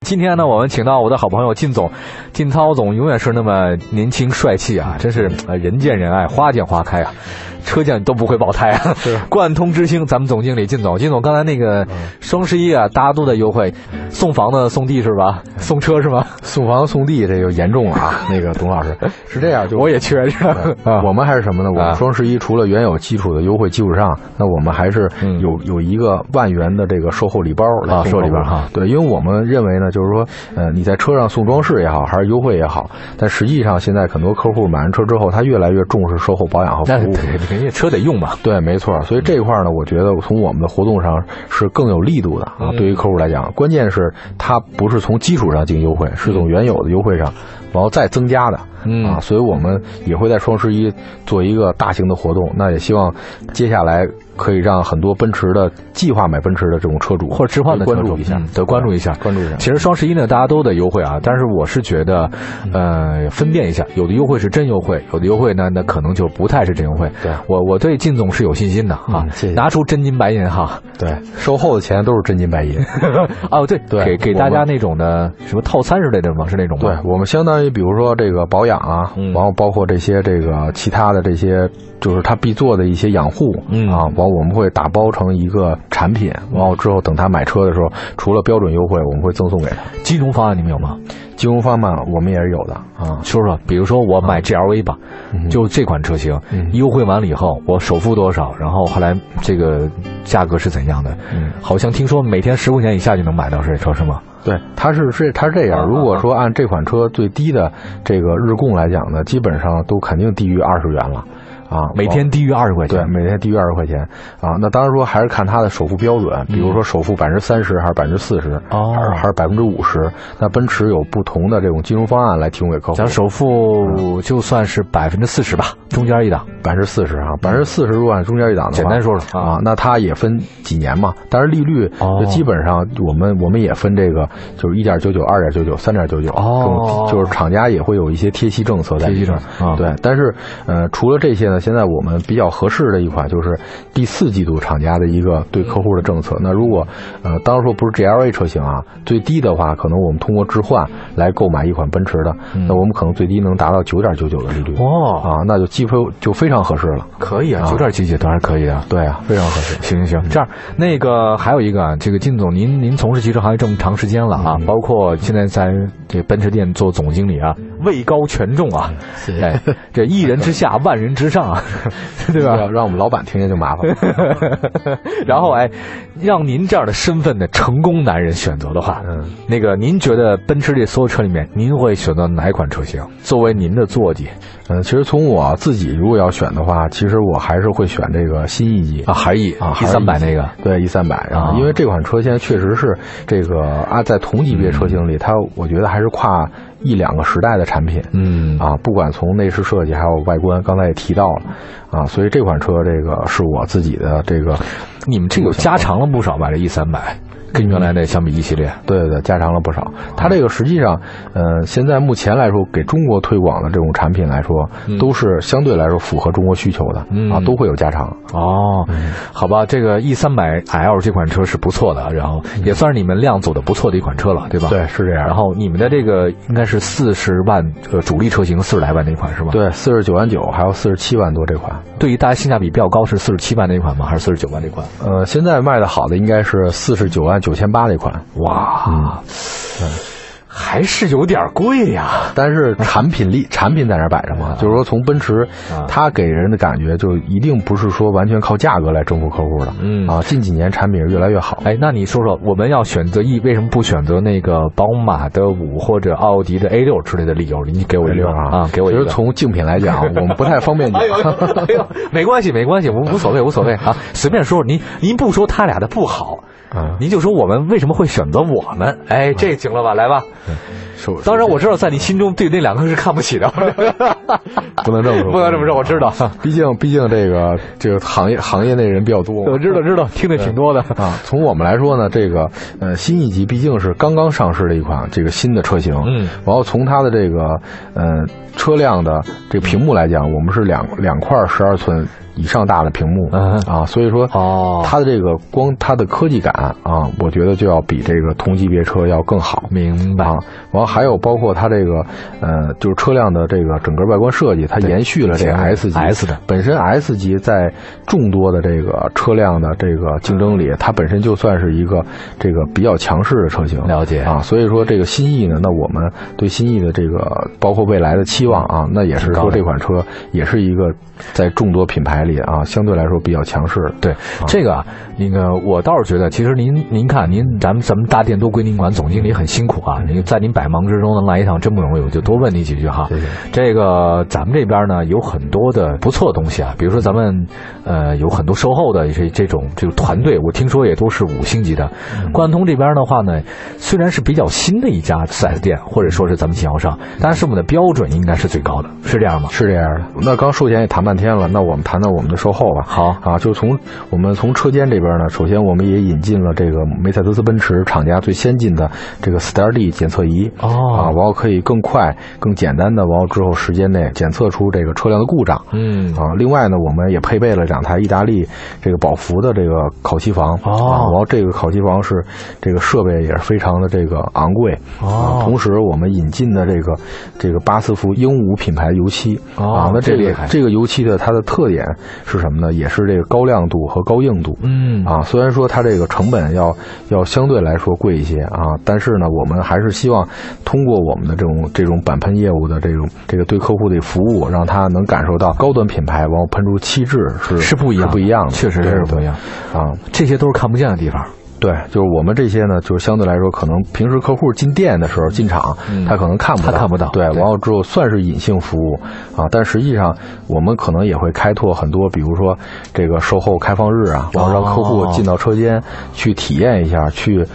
今天呢，我们请到我的好朋友靳总，靳涛总永远是那么年轻帅气啊，真是呃人见人爱，花见花开啊，车见都不会爆胎啊 是，嗯贯通之星，咱们总经理靳总，靳总刚才那个双十一啊，大家都在优惠，送房子送地是吧？送车是吧？嗯送房送地这就严重了 啊！那个董老师是这样，就我也缺是吧？ 呃啊，我们还是什么呢？我啊们双十一除了原有基础的优惠基础上，那我们还是嗯有有一个万元的这个售后礼包来啊送售后礼包客户哈对，因为我们认为呢，就是说，呃，你在车上送装饰也好，还是优惠也好，但实际上现在很多客户买完车之后，他越来越重视售后保养和服那务。对，人家车得用嘛。对，没错。所以这一块呢，我觉得从我们的活动上是更有力度的啊。嗯对于客户来讲，关键是它不是从基础上进行优惠，是从原有的优惠上，然后再增加的。嗯啊，所以我们也会在双十一做一个大型的活动。那也希望接下来可以让很多奔驰的计划买奔驰的这种车主或者置换的关车注主一下嗯，得关注一下关注一下。其实双十一呢，大家都得优惠啊，但是我是觉得，呃，分辨一下，有的优惠是真优惠，有的优惠呢，那可能就不太是真优惠。对我我对靳总是有信心的哈嗯谢谢，拿出真金白银 哈。对，售后的钱都是真金白银。哦，对，对给给我大家们那种的什么套餐之类的吗？是那种对吗？我们相当于比如说这个保养啊，嗯然后包括这些这个其他的这些，就是他必做的一些养护，嗯啊，完我们会打包成一个产品，然后之后等他买车的时候，除了标准优惠，我们会赠送给他。金融方案你们有吗？金融方面我们也是有的啊，说说，比如说我买 GLV 吧，嗯就这款车型，嗯优惠完了以后，我首付多少？然后后来这个价格是怎样的？嗯好像听说每天十块钱以下就能买到这车，是吗？对，它是是它是这啊啊样。如果说按这款车最低的这个日供来讲呢，基本上都肯定低于二十元了，啊，每天低于二十块钱对，。每天低于二十块钱啊。那当然说还是看它的首付标准，比如说首付百分之三十还是百分之四十，嗯哦还是还是百分之五十。那奔驰有不同的这种金融方案来提供给客户咱，首付就算是百分之四十吧，中间一档，百分之四十啊，百分之四十如果按中间一档的话，简单说说啊，，那它也分几年嘛，但是利率哦就基本上我们我们也分这个，就是一点九九、二点九九、三点九九，哦就是厂家也会有一些贴息政策在里贴面。息政策啊对。但是呃，除了这些呢，现在我们比较合适的一款就是第四季度厂家的一个对客户的政策。那如果呃，当然说不是 GLA 车型啊，最低的话，可能我们通过置换来购买一款奔驰的，嗯那我们可能最低能达到九点九九的利率。哦，啊，那就机会就非常合适了。可以啊，啊嗯九点几几当然可以啊。对啊，非常合适。行行行，这样那个还有一个啊，这个靳总，您您从事汽车行业这么长时间了啊，嗯包括现在在这奔驰店做总经理啊，位高权重啊，嗯 哎，这一人之下，万人之上啊，对吧？让让我们老板听见就麻 烦了。然后哎，让您这样的身份的成功男人选择的话，嗯，那个您觉得奔驰这所有车里面，您会选择哪一款车型作为您的啊坐骑嗯，其实从我自己如果要选的话，其实我还是会选这个新一季啊？。还是 E 啊，E 还是三百那个对 E 三百啊啊，因为这款车现在确实是这个啊，在同级别车型里，它我觉得还是跨一两个时代的产品。嗯啊，不管从内饰设计还有外观，刚才也提到了，啊，所以这款车这个是我自己的这个，你们这个加长了不少吧？这 E 三百跟原来的相比，E 系列对对对，加长了不少。它这个实际上，呃，现在目前来说，给中国推广的这种产品来说，都是相对来说符合中国需求的嗯啊，都会有加长。哦，好吧，这个 E 三百 L 这款车是不错的，啊然后也算是你们量走的不错的一款车了，嗯对吧？对，。是这样。然后你们的这个应该是四十万呃主力车型四十来万那款是吧？对，四十九万九，还有四十七万多这款。对于大家性价比比较高是四十七万那款吗？还是四十九万那款？呃，现在卖的好的应该是四十九万九千八那款，哇，嗯还是有点贵呀。但是产品 力、产品在那儿摆着啊嘛，就是说从奔驰，它给人的感觉就一定不是说完全靠价格来征服客户的，嗯啊，近几年产品是越来越好。哎，那你说说，我们要选择 E，为什么不选择那个宝马的五或者奥迪的 A 六之类的理由？你给我一六个啊，给我一其个实。从竞品来讲，我们不太方便讲。 哎呦，没关系，没关系，无无所谓，无所谓啊，随便说。您您不说他俩的不好，嗯您就说我们为什么会选择我们？哎，这行了吧？来吧。首 当然我知道，在你心中对那两个是看不起 的， 不能这么说，不能这么说，我知道， 毕竟毕竟这个这个行业行业内人比较多嘛，嗯我知道，知道，听的挺多的。啊，从我们来说呢，这个呃新一级毕竟是刚刚上市的一款这个新的车型，嗯然后从它的这个呃车辆的这个屏幕来讲，我们是两两块十二寸以上大的屏幕、嗯啊，所以说哦它的这个光它的科技感啊，我觉得就要比这个同级别车要更好。明白啊，然后还有包括它这个，呃，就是车辆的这个整个外观设计，它延续了这个前面 S 级 S 的本身 S 级在众多的这个车辆的这个竞争嗯里，它本身就算是一个这个比较强势的车型。了解啊，所以说这个新意呢，那我们对新意的这个包括未来的期望啊，那也是嗯挺高说的这款车也是一个在众多品牌里啊，相对来说比较强势的。对这个啊，那个我倒是觉得，其实您您看，您咱们咱们大店都归您管，总经理很辛苦啊。您在您百忙之中能来一趟，真不容易，我就多问你几句哈。谢谢这个咱们这边呢有很多的不错的东西啊，比如说咱们呃有很多售后的这这种这个团队，我听说也都是五星级的。贯通这边的话呢，虽然是比较新的一家 4S 店，或者说是咱们经销商，但是我们的标准应该是最高的，是这样吗？是这样的。那刚售前也谈半天了，那我们谈谈我们的售后吧。好，啊，就从我们从车间这边呢，首先我们也引进了这个梅赛德斯奔驰厂家最先进的这个 STAR-D 检测仪。哦啊，然后可以更快、更简单的，然后之后时间内检测出这个车辆的故障。嗯啊，另外呢，我们也配备了两台意大利这个宝孚的这个烤漆房。哦啊，然后这个烤漆房是这个设备也是非常的这个昂贵。哦啊，同时我们引进的这个这个巴斯夫鹦鹉品牌油漆。哦啊，那这这厉个害这个油漆的它的特点是什么呢？也是这个高亮度和高硬度。嗯啊，虽然说它这个成本要要相对来说贵一些啊，但是呢，我们还是希望通过我们的这种这种板喷业务的这种这个对客户的服务，让他能感受到高端品牌，然后喷出气质是是不一样的不一样的，确实对是对不一样啊。这些都是看不见的地方。对，就是我们这些呢，就是相对来说，可能平时客户进店的时候进场，嗯他可能看不到，他看不到对，对完了之后算是隐性服务啊，但实际上我们可能也会开拓很多，比如说这个售后开放日啊，然后让客户哦进到车间去体验一下，去。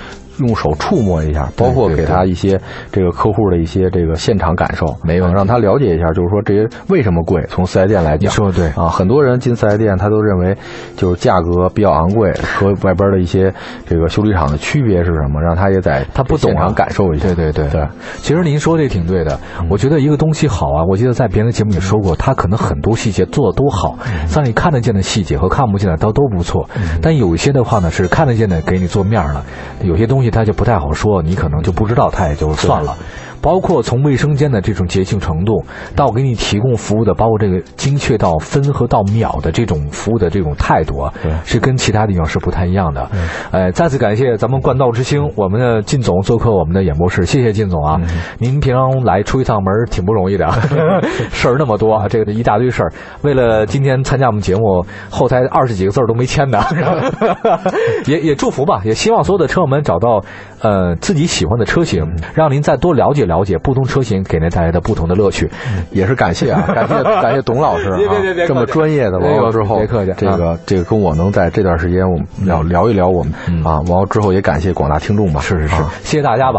用手触摸一下，包括对对给他一些这个客户的一些这个现场感受，没问让他了解一下，就是说这些为什么贵。从四 S 店来讲，你说的对啊，很多人进四 S 店，他都认为就是价格比较昂贵，和外边的一些这个修理厂的区别是什么，让他也在他不懂啊现场感受一下。对对对对，其实您说这挺对的，我觉得一个东西好啊，我记得在别人的节目里说过，它可能很多细节做的都好，让你看得见的细节和看不见的都都不错，但有一些的话呢是看得见的给你做面儿了，有些东西它就不太好说，你可能就不知道，它也就算了。包括从卫生间的这种洁净程度，到给你提供服务的，包括这个精确到分和到秒的这种服务的这种态度啊对，是跟其他地方是不太一样的。呃，再次感谢咱们冠道之星，我们的靳总做客我们的演播室，谢谢靳总啊！您平常来出一趟门儿挺不容易的啊， 事儿那么多啊，这个一大堆事儿。为了今天参加我们节目，后台二十几个字儿都没签的， 也也祝福吧，也希望所有的车友们找到呃自己喜欢的车型，让您再多了解了解不同车型给您带来的不同的乐趣。也是感谢啊，感谢感谢董老师啊别别别别，这么客气专业的哎完呦了之后，别客气嗯这个这个跟我能在啊这段时间我们聊聊一聊我们啊，完了之后也感谢广大听众吧，是是是啊，谢谢大家吧。